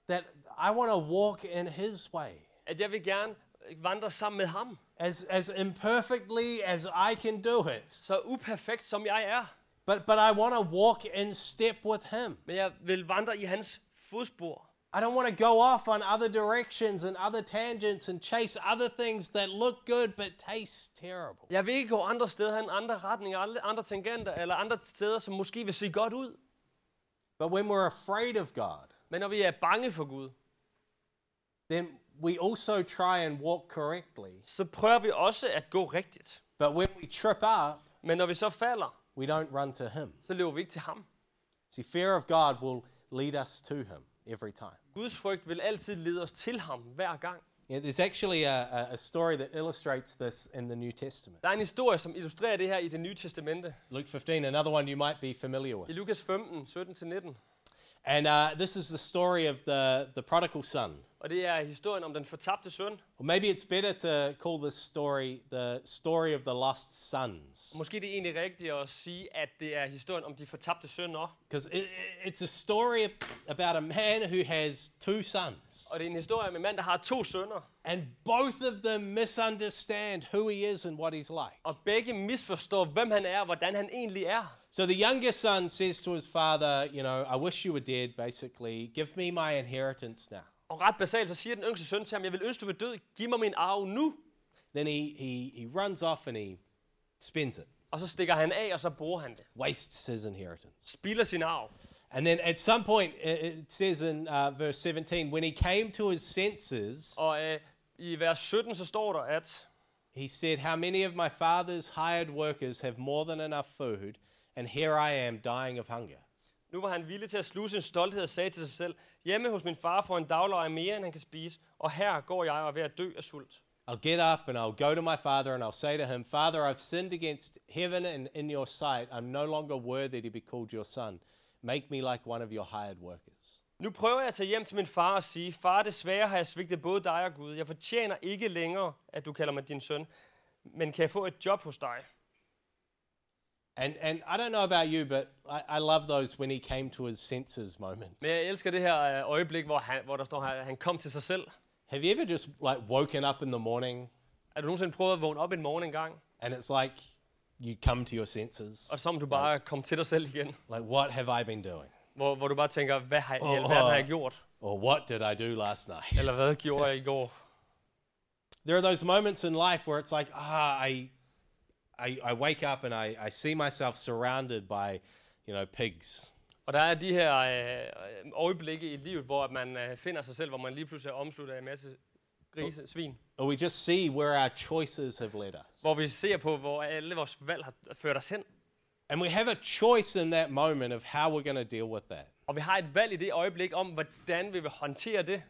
[SPEAKER 1] that I want to walk in his way.
[SPEAKER 2] at jeg vil gerne øh, vandre sammen med ham.
[SPEAKER 1] As, as imperfectly as I can do it,
[SPEAKER 2] Så uperfekt som jeg er,
[SPEAKER 1] but, but I want to walk in step with him.
[SPEAKER 2] men jeg vil vandre i hans fodspor.
[SPEAKER 1] I don't want to go off on other directions and other tangents and chase other things that look good but taste terrible.
[SPEAKER 2] Jeg vil ikke gå andre steder hen, andre retninger, alle andre tangenter, eller andre steder, som måske vil se godt ud.
[SPEAKER 1] But when we're afraid of God,
[SPEAKER 2] Men når vi er bange for Gud,
[SPEAKER 1] then we also try and walk correctly.
[SPEAKER 2] så prøver vi også at gå rigtigt.
[SPEAKER 1] But when we trip up,
[SPEAKER 2] Men når vi så falder,
[SPEAKER 1] we don't run to him.
[SPEAKER 2] så løber vi ikke til ham.
[SPEAKER 1] See, fear of God will lead us to him every time.
[SPEAKER 2] Guds frygt vil altid lede os til ham hver gang.
[SPEAKER 1] Yeah, there's actually a, a- a story that illustrates this in the New Testament.
[SPEAKER 2] Der er en historie, som illustrerer det her i det nye testamente.
[SPEAKER 1] Luke 15, another one you might be familiar
[SPEAKER 2] I
[SPEAKER 1] with.
[SPEAKER 2] Lukas 15, 17-19.
[SPEAKER 1] And uh, this is the story of the, the prodigal son.
[SPEAKER 2] Og det er historien om den fortabte søn.
[SPEAKER 1] Or maybe it's better to call this story the story of the lost sons,
[SPEAKER 2] Måske det er egentlig rigtigt at sige, at det er historien om de fortabte sønner.
[SPEAKER 1] because it, it- it's a story about a man who has two sons,
[SPEAKER 2] Og det er en historie om en mand, der har to sønner.
[SPEAKER 1] and both of them misunderstand who he is and what he's like.
[SPEAKER 2] Og begge misforstår, hvem han er og hvordan han egentlig er.
[SPEAKER 1] So the younger son says to his father, You know, I wish you were dead, basically. Give me my inheritance now.
[SPEAKER 2] Og ret basalt, så siger den yngste søn til ham, jeg vil ønske, du var død. Giv mig min arv nu.
[SPEAKER 1] Then he, he, he runs off and he spends it,
[SPEAKER 2] Og så stikker han af, og så bruger han det.
[SPEAKER 1] wastes his inheritance.
[SPEAKER 2] Spilder sin arv.
[SPEAKER 1] And then at some point, it, it says in uh, verse 17, when he came to his senses,
[SPEAKER 2] Og øh, i vers 17, så står der, at
[SPEAKER 1] He said, How many of my father's hired workers have more than enough food, and here I am dying of hunger?
[SPEAKER 2] Nu var han villig til at sluge sin stolthed og sagde til sig selv, hjemme hos min far får en daglejer mere, end han kan spise, og her går jeg og er ved at dø af sult.
[SPEAKER 1] I'll get up and I'll go to my father and I'll say to him, Father, I've sinned against heaven and in your sight. I'm no longer worthy to be called your son. Make me like one of your hired workers.
[SPEAKER 2] Nu prøver jeg at tage hjem til min far og sige, far, desværre har jeg svigtet både dig og Gud. Jeg fortjener ikke længere, at du kalder mig din søn, men kan jeg få et job hos dig?
[SPEAKER 1] And, and I don't know about you, but I, I love those when he came to his senses moments.
[SPEAKER 2] Men jeg elsker det her øh, øjeblik, hvor, han, hvor der står, at han kom til sig selv.
[SPEAKER 1] Have you ever just like woken up in the morning
[SPEAKER 2] Er du nogensinde prøvet at vågne op en morgen engang,
[SPEAKER 1] and it's like you come to your senses?
[SPEAKER 2] og så om du bare kom til dig selv igen?
[SPEAKER 1] Like, what have I been doing?
[SPEAKER 2] Hvor, hvor du bare tænker, hvad har,
[SPEAKER 1] Åh,
[SPEAKER 2] oh, hvad har
[SPEAKER 1] åh.
[SPEAKER 2] jeg gjort?
[SPEAKER 1] Or what did I do last night?
[SPEAKER 2] Eller hvad gjorde jeg i går?
[SPEAKER 1] there are those moments in life where it's like ah i i, I wake up and I, I see myself surrounded by you know pigs
[SPEAKER 2] Og der er de her øh, øh, øjeblikke i livet, hvor at man øh, finder sig selv, hvor man lige pludselig er omsluttet af en masse grise, svin.
[SPEAKER 1] or we just see where our choices have led us
[SPEAKER 2] Hvor vi ser på, hvor alle vores valg har ført os hen.
[SPEAKER 1] and we have a choice in that moment of how we're going to deal with that
[SPEAKER 2] Og vi har et valg i det øjeblik om, hvordan vi vil håndtere det.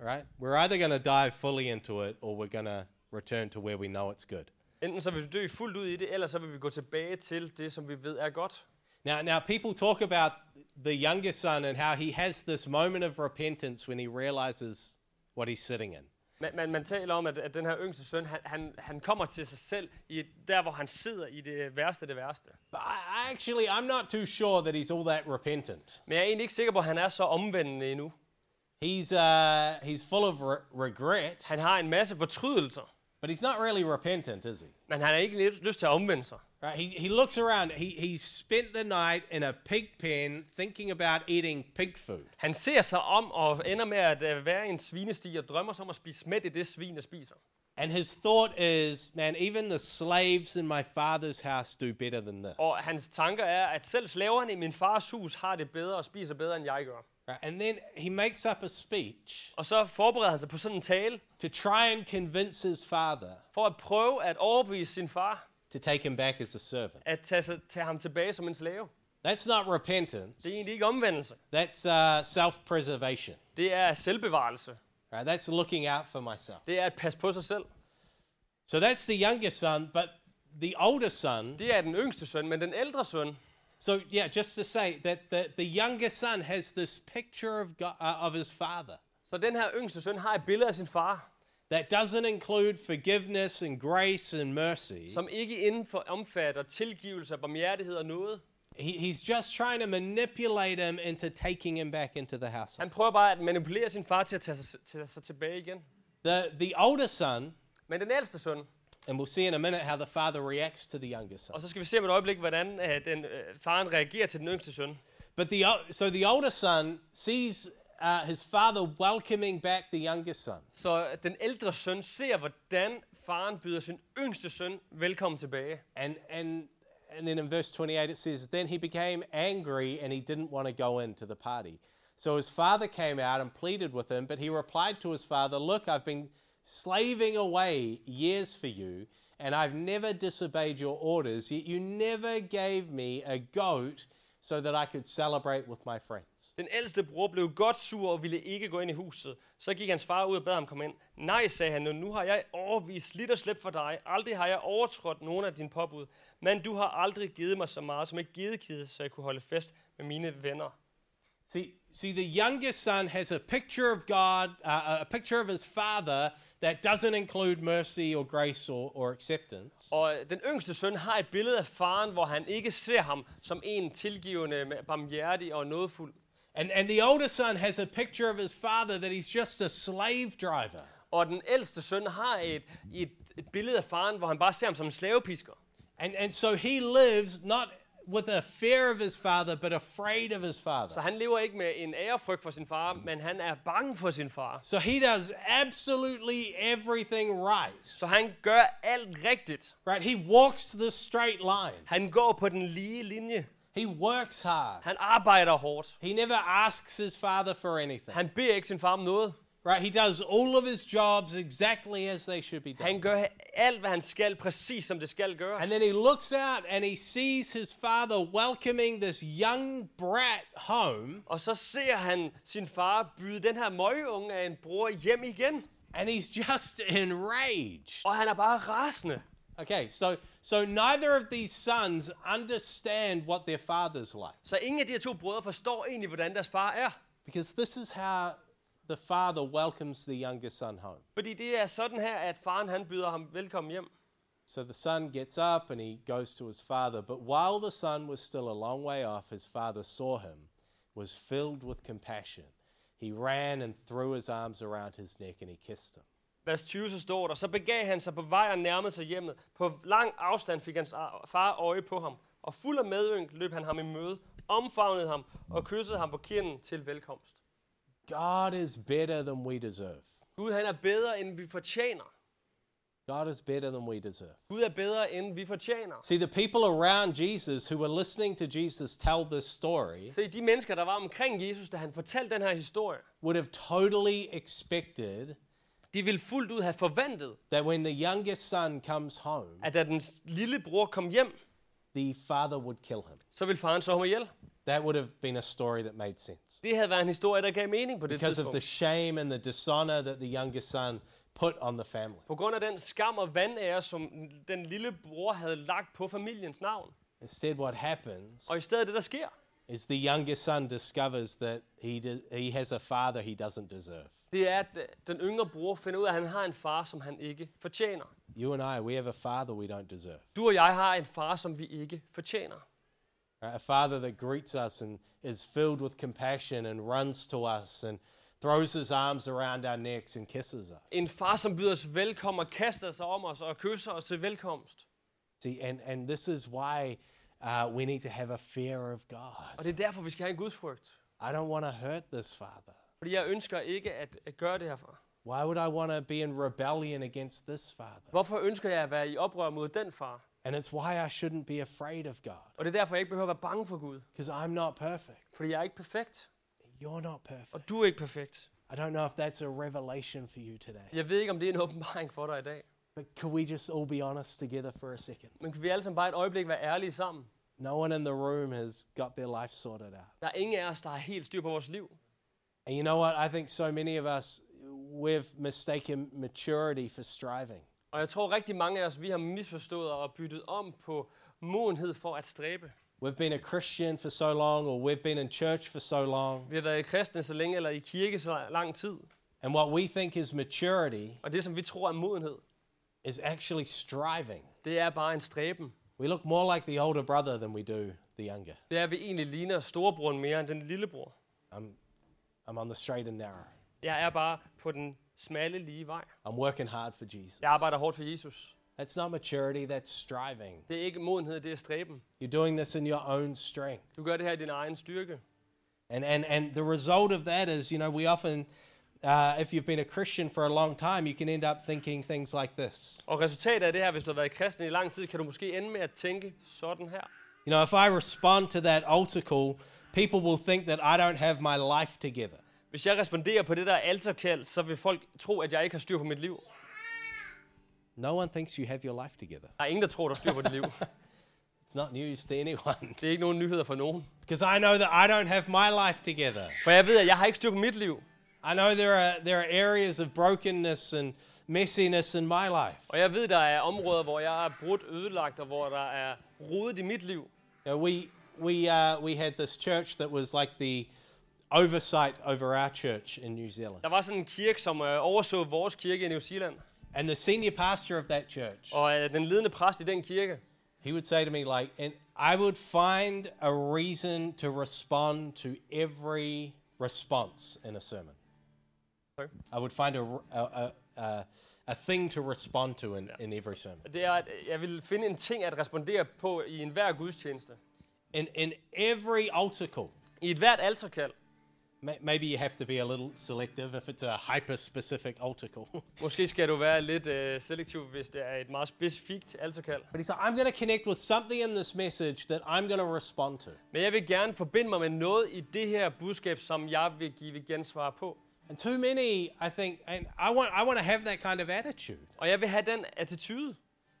[SPEAKER 1] right we're either going to dive fully into it or we're going to return to where we know it's good
[SPEAKER 2] Enten så vil vi dø fuldt ud i det, eller så vil vi gå tilbage til det, som vi ved er godt.
[SPEAKER 1] now now people talk about the younger son and how he has this moment of repentance when he realizes what he's sitting in
[SPEAKER 2] Man, man, man taler om, at, at den her yngste søn, han, han, han kommer til sig selv, i et, der hvor han sidder i det værste af det værste.
[SPEAKER 1] but I, I actually i'm not too sure that he's all that repentant
[SPEAKER 2] Men jeg er egentlig ikke sikker på, at han er så omvendende endnu.
[SPEAKER 1] He's uh, he's full of re- regret,
[SPEAKER 2] Han har en masse fortrydelser,
[SPEAKER 1] but he's not really repentant, is he?
[SPEAKER 2] men han har ikke lidt lyst til at omvende sig.
[SPEAKER 1] Right? He, he looks around. He he spent the night in a pig pen thinking about eating pig food.
[SPEAKER 2] Han ser sig om og ender med at øh, være i en svinesti og drømmer sig om at spise mæt i det svin, der spiser.
[SPEAKER 1] And his thought is, man, even the slaves in my father's house do better than this.
[SPEAKER 2] Og hans tanker er, at selv slaverne i min fars hus har det bedre og spiser bedre, end jeg gør.
[SPEAKER 1] Right? And then he makes up a speech
[SPEAKER 2] Og så forbereder han sig på sådan en tale
[SPEAKER 1] to try and convince his father
[SPEAKER 2] for at prøve at overbevise sin far
[SPEAKER 1] to take him back as a servant.
[SPEAKER 2] at tage, sig, tage ham tilbage som en slave.
[SPEAKER 1] That's not repentance.
[SPEAKER 2] Det er egentlig ikke omvendelse.
[SPEAKER 1] That's uh, self-preservation.
[SPEAKER 2] Det er selvbevarelse.
[SPEAKER 1] Right? That's looking out for myself.
[SPEAKER 2] Det er at passe på sig selv.
[SPEAKER 1] So that's the younger son, but the older son.
[SPEAKER 2] Det er den yngste søn, men den ældre søn,
[SPEAKER 1] So yeah, just to say that the, the younger son has this picture of God, uh, of his father
[SPEAKER 2] så den her yngste søn har et billede af sin far,
[SPEAKER 1] that doesn't include forgiveness and grace and mercy.
[SPEAKER 2] som ikke inden for omfatter tilgivelse og barmhjertighed og noget.
[SPEAKER 1] He, he's just trying to manipulate him into taking him back into the household.
[SPEAKER 2] Han prøver bare at manipulere sin far til at tage sig, tage sig tilbage igen.
[SPEAKER 1] The the older son,
[SPEAKER 2] Men den ældste søn,
[SPEAKER 1] and we'll see in a minute how the father reacts to the younger son.
[SPEAKER 2] og så skal vi se om et øjeblik, hvordan øh, den, øh, faren reagerer til den yngste søn.
[SPEAKER 1] But the o- so the older son sees uh, his father welcoming back the younger son.
[SPEAKER 2] Så den ældre søn ser, hvordan faren byder sin yngste søn velkommen tilbage.
[SPEAKER 1] And and and then in verse 28 it says then he became angry and he didn't want to go into the party. So his father came out and pleaded with him, but he replied to his father, "Look, I've been slaving away years for you, and I've never disobeyed your orders. Yet you never gave me a goat so that I could celebrate with my friends."
[SPEAKER 2] Den ældste bror blev godt sur og ville ikke gå ind i huset. Så gik hans far ud og bad ham komme ind. Nej, sagde han, nu har jeg overvist slidt og slæbt for dig. Aldrig har jeg overtrådt nogen af dine påbud. Men du har aldrig givet mig så meget som et gedekid, så jeg kunne holde fest med mine venner.
[SPEAKER 1] See, see, the youngest son has a picture of God, uh, a picture of his father that doesn't include mercy or grace or, or acceptance.
[SPEAKER 2] Og øh, den yngste søn har et billede af faren, hvor han ikke ser ham som en tilgivende, med- barmhjertig og nådefuld.
[SPEAKER 1] And, and the older son has a picture of his father that he's just a slave driver.
[SPEAKER 2] Og den ældste søn har et, et, et billede af faren, hvor han bare ser ham som en slavepisker.
[SPEAKER 1] And, and so he lives not with a fear of his father, but afraid of his
[SPEAKER 2] Så
[SPEAKER 1] father.
[SPEAKER 2] han lever ikke med en ærefrygt for sin far, men han er bange for sin far.
[SPEAKER 1] So he does absolutely everything right,
[SPEAKER 2] Så han gør alt rigtigt.
[SPEAKER 1] right? He walks the straight line,
[SPEAKER 2] Han går på den lige linje.
[SPEAKER 1] he works hard.
[SPEAKER 2] Han arbejder hårdt.
[SPEAKER 1] He never asks his father for anything.
[SPEAKER 2] Han beder ikke sin far om noget.
[SPEAKER 1] Right? He does all of his jobs exactly as they should be
[SPEAKER 2] Han
[SPEAKER 1] done.
[SPEAKER 2] gør alt, hvad han skal, præcis som det skal gøres.
[SPEAKER 1] And then he looks out and he sees his father welcoming this young brat home,
[SPEAKER 2] Og så ser han sin far byde den her møgeunge af en bror hjem igen.
[SPEAKER 1] and he's just enraged.
[SPEAKER 2] Og han er bare rasende.
[SPEAKER 1] Okay, so so neither of these sons understand what their father's like
[SPEAKER 2] Så ingen af de her to brødre forstår egentlig, hvordan deres far er.
[SPEAKER 1] because this is how the father welcomes the younger son home.
[SPEAKER 2] Fordi det er sådan her, at faren han byder ham velkommen hjem.
[SPEAKER 1] So the son gets up and he goes to his father, but while the son was still a long way off, his father saw him, was filled with compassion. He ran and threw his arms around his neck and he kissed him.
[SPEAKER 2] Vers 20 så står der, så begav han sig på vej og nærmede sig hjemmet. På lang afstand fik hans ar- far øje på ham, og fuld af medynk løb han ham i møde, omfavnede ham og kyssede ham på kinden til velkomst.
[SPEAKER 1] God is better than we deserve.
[SPEAKER 2] Gud han er bedre, end vi fortjener.
[SPEAKER 1] God is better than we deserve.
[SPEAKER 2] Gud er bedre, end vi fortjener.
[SPEAKER 1] See, the people around Jesus who were listening to Jesus tell this story
[SPEAKER 2] Se, de mennesker, der var omkring Jesus, da han fortalte den her historie,
[SPEAKER 1] would have totally expected
[SPEAKER 2] de ville fuldt ud have forventet,
[SPEAKER 1] that when the youngest son comes home,
[SPEAKER 2] at da den s- lille bror kom hjem,
[SPEAKER 1] the father would kill him.
[SPEAKER 2] så ville faren slå ham ihjel.
[SPEAKER 1] That would have been a story that made sense.
[SPEAKER 2] Det havde været en historie, der gav mening på det
[SPEAKER 1] because of
[SPEAKER 2] tidspunkt.
[SPEAKER 1] the shame and the dishonor that the younger son put on the family.
[SPEAKER 2] På grund af den skam og vandære, som den lille bror havde lagt på familiens navn.
[SPEAKER 1] Instead, what happens
[SPEAKER 2] Og i stedet det, der sker,
[SPEAKER 1] is the younger son discovers that he, de- he has a father he doesn't deserve.
[SPEAKER 2] det er, at øh, den yngre bror finder ud af, at han har en far, som han ikke fortjener.
[SPEAKER 1] You and I, we have a father we don't deserve.
[SPEAKER 2] Du og jeg har en far, som vi ikke fortjener.
[SPEAKER 1] right? A father that greets us and is filled with compassion and runs to us and throws his arms around our necks and kisses us.
[SPEAKER 2] En far, som byder os velkommen og kaster sig om os og kysser os til velkomst.
[SPEAKER 1] See, and, and this is why uh, we need to have a fear of
[SPEAKER 2] Og
[SPEAKER 1] God.
[SPEAKER 2] det er derfor, vi skal have en gudsfrygt.
[SPEAKER 1] I don't want to hurt this father.
[SPEAKER 2] Fordi jeg ønsker ikke at, at gøre det her for.
[SPEAKER 1] Why would I want to be in rebellion against this father?
[SPEAKER 2] Hvorfor ønsker jeg at være i oprør mod den far?
[SPEAKER 1] And it's why I shouldn't be afraid of God,
[SPEAKER 2] Og det er derfor, jeg ikke behøver at være bange for Gud.
[SPEAKER 1] because I'm not perfect.
[SPEAKER 2] Fordi jeg er ikke perfekt,
[SPEAKER 1] You're not perfect.
[SPEAKER 2] og du er ikke perfekt.
[SPEAKER 1] I don't know if that's a revelation for you today,
[SPEAKER 2] Jeg ved ikke, om det er en åbenbaring for dig i dag.
[SPEAKER 1] but could we just all be honest together for a second?
[SPEAKER 2] Men kan vi alle sammen bare et øjeblik være ærlige sammen?
[SPEAKER 1] No one in the room has got their life sorted out.
[SPEAKER 2] Der er ingen af os, der har helt styr på vores liv.
[SPEAKER 1] And you know what? I think so many of us, we've mistaken maturity for striving.
[SPEAKER 2] Og jeg tror rigtig mange af os, vi har misforstået og byttet om på modenhed for at stræbe.
[SPEAKER 1] We've been a Christian for so long, or we've been in church for so long.
[SPEAKER 2] Vi har været kristne så længe, eller i kirke så lang tid.
[SPEAKER 1] And what we think is maturity
[SPEAKER 2] Og det, som vi tror er modenhed,
[SPEAKER 1] is actually striving.
[SPEAKER 2] det er bare en stræben.
[SPEAKER 1] We look more like the older brother than we do the younger.
[SPEAKER 2] Det er, at vi egentlig ligner storebroren mere end den lillebror.
[SPEAKER 1] I'm, I'm on the straight and narrow.
[SPEAKER 2] Jeg er bare på den smalle lige vej.
[SPEAKER 1] I'm working hard for Jesus.
[SPEAKER 2] Jeg arbejder hårdt for Jesus.
[SPEAKER 1] That's not maturity, that's striving.
[SPEAKER 2] Det er ikke modenhed, det er stræben.
[SPEAKER 1] You're doing this in your own strength.
[SPEAKER 2] Du gør det her i din egen styrke.
[SPEAKER 1] And, and, and the result of that is, you know, we often, uh, if you've been a Christian for a long time, you can end up thinking things like this.
[SPEAKER 2] Og resultatet af det her, hvis du har været kristen i lang tid, kan du måske ende med at tænke sådan her.
[SPEAKER 1] You know, if I respond to that altar call, people will think that I don't have my life together.
[SPEAKER 2] Hvis jeg responderer på det der alterkald, så vil folk tro, at jeg ikke har styr på mit liv.
[SPEAKER 1] No one thinks you have your life together.
[SPEAKER 2] Der er ingen, der tror, der har styr på dit liv.
[SPEAKER 1] It's not news to anyone.
[SPEAKER 2] Det er ikke nogen nyheder for nogen.
[SPEAKER 1] Because I know that I don't have my life together.
[SPEAKER 2] For jeg ved, at jeg har ikke styr på mit liv.
[SPEAKER 1] I know there are, there are areas of brokenness and messiness in my life.
[SPEAKER 2] Og jeg ved, der er områder, hvor jeg er brudt, ødelagt, og hvor der er rodet i mit liv.
[SPEAKER 1] You know, we, we, uh, we had this church that was like the oversight over our church in New Zealand.
[SPEAKER 2] Der var sådan en kirke, som øh, overså vores kirke i New Zealand.
[SPEAKER 1] And the senior pastor of that church,
[SPEAKER 2] Og øh, den ledende præst i den kirke,
[SPEAKER 1] he would say to me, like, and I would find a reason to respond to every response in a sermon.
[SPEAKER 2] Sorry?
[SPEAKER 1] I would find a, r- a- a- a- a thing to respond to in, in every sermon.
[SPEAKER 2] det er, at jeg vil finde en ting at respondere på i enhver gudstjeneste.
[SPEAKER 1] In, in every altar call,
[SPEAKER 2] I et hvert alterkald.
[SPEAKER 1] May- Maybe you have to be a little selective if it's a hyper specific altar call.
[SPEAKER 2] Måske skal du være lidt øh, selektiv, hvis det er et meget specifikt alterkald.
[SPEAKER 1] But he's like, I'm going to connect with something in this message that I'm going to respond to.
[SPEAKER 2] Men jeg vil gerne forbinde mig med noget i det her budskab, som jeg vil give gensvar på.
[SPEAKER 1] And too many, I think, and I want, I want to have that kind of attitude
[SPEAKER 2] Og jeg vil have den attitude.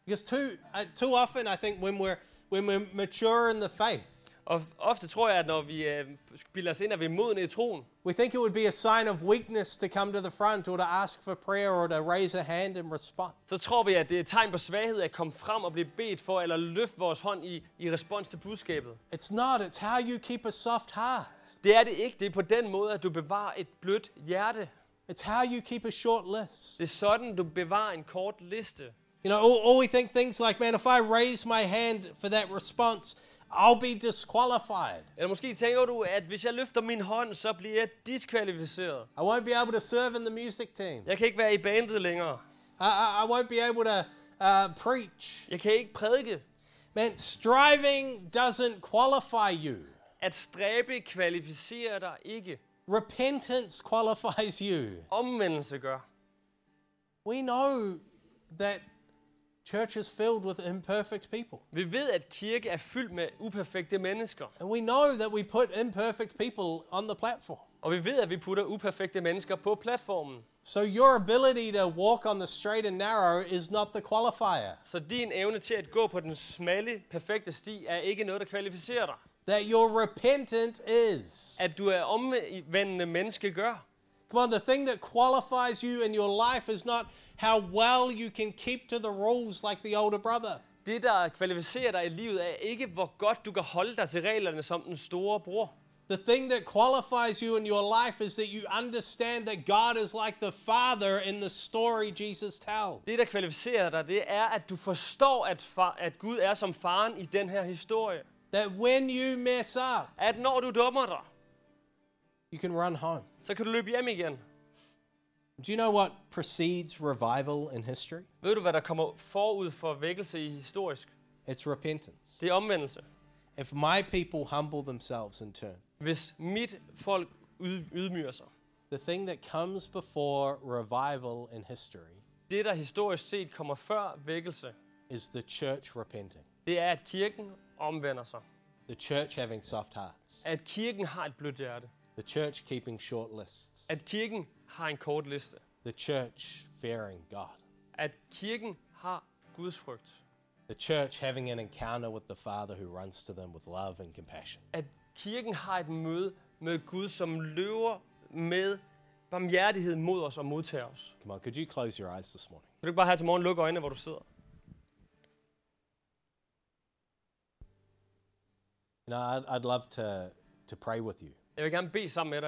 [SPEAKER 1] because too, uh, too often I think when we're when we're mature in the faith,
[SPEAKER 2] Og f- ofte tror jeg, at når vi øh, bilder os ind, at vi er modne i troen,
[SPEAKER 1] we think it would be a sign of weakness to come to the front or to ask for prayer or to raise a hand in response.
[SPEAKER 2] så tror vi, at det er et tegn på svaghed at komme frem og blive bedt for, eller løfte vores hånd i, i respons til budskabet.
[SPEAKER 1] It's not. It's how you keep a soft heart.
[SPEAKER 2] Det er det ikke. Det er på den måde, at du bevarer et blødt hjerte.
[SPEAKER 1] It's how you keep a short list.
[SPEAKER 2] Det er sådan, du bevarer en kort liste.
[SPEAKER 1] You know, or, or we think things like, man, if I raise my hand for that response, I'll be disqualified.
[SPEAKER 2] Eller måske tænker du, at hvis jeg løfter min hånd, så bliver jeg diskvalificeret.
[SPEAKER 1] I won't be able to serve in the music team.
[SPEAKER 2] Jeg kan ikke være i bandet længere.
[SPEAKER 1] I, I, I won't be able to uh, preach.
[SPEAKER 2] Jeg kan ikke prædike.
[SPEAKER 1] Man, striving doesn't qualify you,
[SPEAKER 2] At stræbe kvalificerer dig ikke.
[SPEAKER 1] repentance qualifies you.
[SPEAKER 2] Omvendelse gør.
[SPEAKER 1] We know that church is filled with imperfect people.
[SPEAKER 2] Vi ved, at kirke er fyldt med uperfekte mennesker.
[SPEAKER 1] And we know that we put imperfect people on the platform.
[SPEAKER 2] Og vi ved, at vi putter uperfekte mennesker på platformen.
[SPEAKER 1] So your ability to walk on the straight and narrow is not the qualifier.
[SPEAKER 2] Så din evne til at gå på den smalle, perfekte sti er ikke noget, der kvalificerer dig.
[SPEAKER 1] that your repentant is.
[SPEAKER 2] At du er omvendende menneske gør.
[SPEAKER 1] Come on, the thing that qualifies you in your life is not how well you can keep to the rules like the older brother.
[SPEAKER 2] Det, der kvalificerer dig i livet, er ikke, hvor godt du kan holde dig til reglerne som den store bror.
[SPEAKER 1] The thing that qualifies you in your life is that you understand that God is like the Father in the story Jesus tells.
[SPEAKER 2] Det, der kvalificerer dig, det er, at du forstår, at, far, at Gud er som faren i den her historie.
[SPEAKER 1] That when you mess up,
[SPEAKER 2] At når du dummer dig,
[SPEAKER 1] you can run home.
[SPEAKER 2] så kan du løbe hjem igen.
[SPEAKER 1] Do you know what precedes revival in history?
[SPEAKER 2] Ved du, hvad der kommer forud for vækkelse i historisk?
[SPEAKER 1] It's repentance.
[SPEAKER 2] Det er omvendelse.
[SPEAKER 1] If my people humble themselves and turn,
[SPEAKER 2] Hvis mit folk yd- ydmyger sig.
[SPEAKER 1] the thing that comes before revival in history
[SPEAKER 2] Det, der historisk set kommer før vækkelse,
[SPEAKER 1] is the church repenting,
[SPEAKER 2] det er, at kirken omvender sig.
[SPEAKER 1] the church having soft hearts,
[SPEAKER 2] At kirken har et blødt hjerte.
[SPEAKER 1] the church keeping short lists,
[SPEAKER 2] At kirken har en kort liste.
[SPEAKER 1] the church fearing God.
[SPEAKER 2] At kirken har Guds frygt.
[SPEAKER 1] The church having an encounter with the Father who runs to them with love and compassion.
[SPEAKER 2] at kirken har et møde med Gud, som løber med barmhjertighed mod os og modtager os.
[SPEAKER 1] Come on, could you close your eyes this morning?
[SPEAKER 2] Kan du ikke bare her til morgen lukke øjnene, hvor du sidder?
[SPEAKER 1] You know, I'd, I'd love to, to pray with you.
[SPEAKER 2] Jeg vil gerne bede sammen med dig.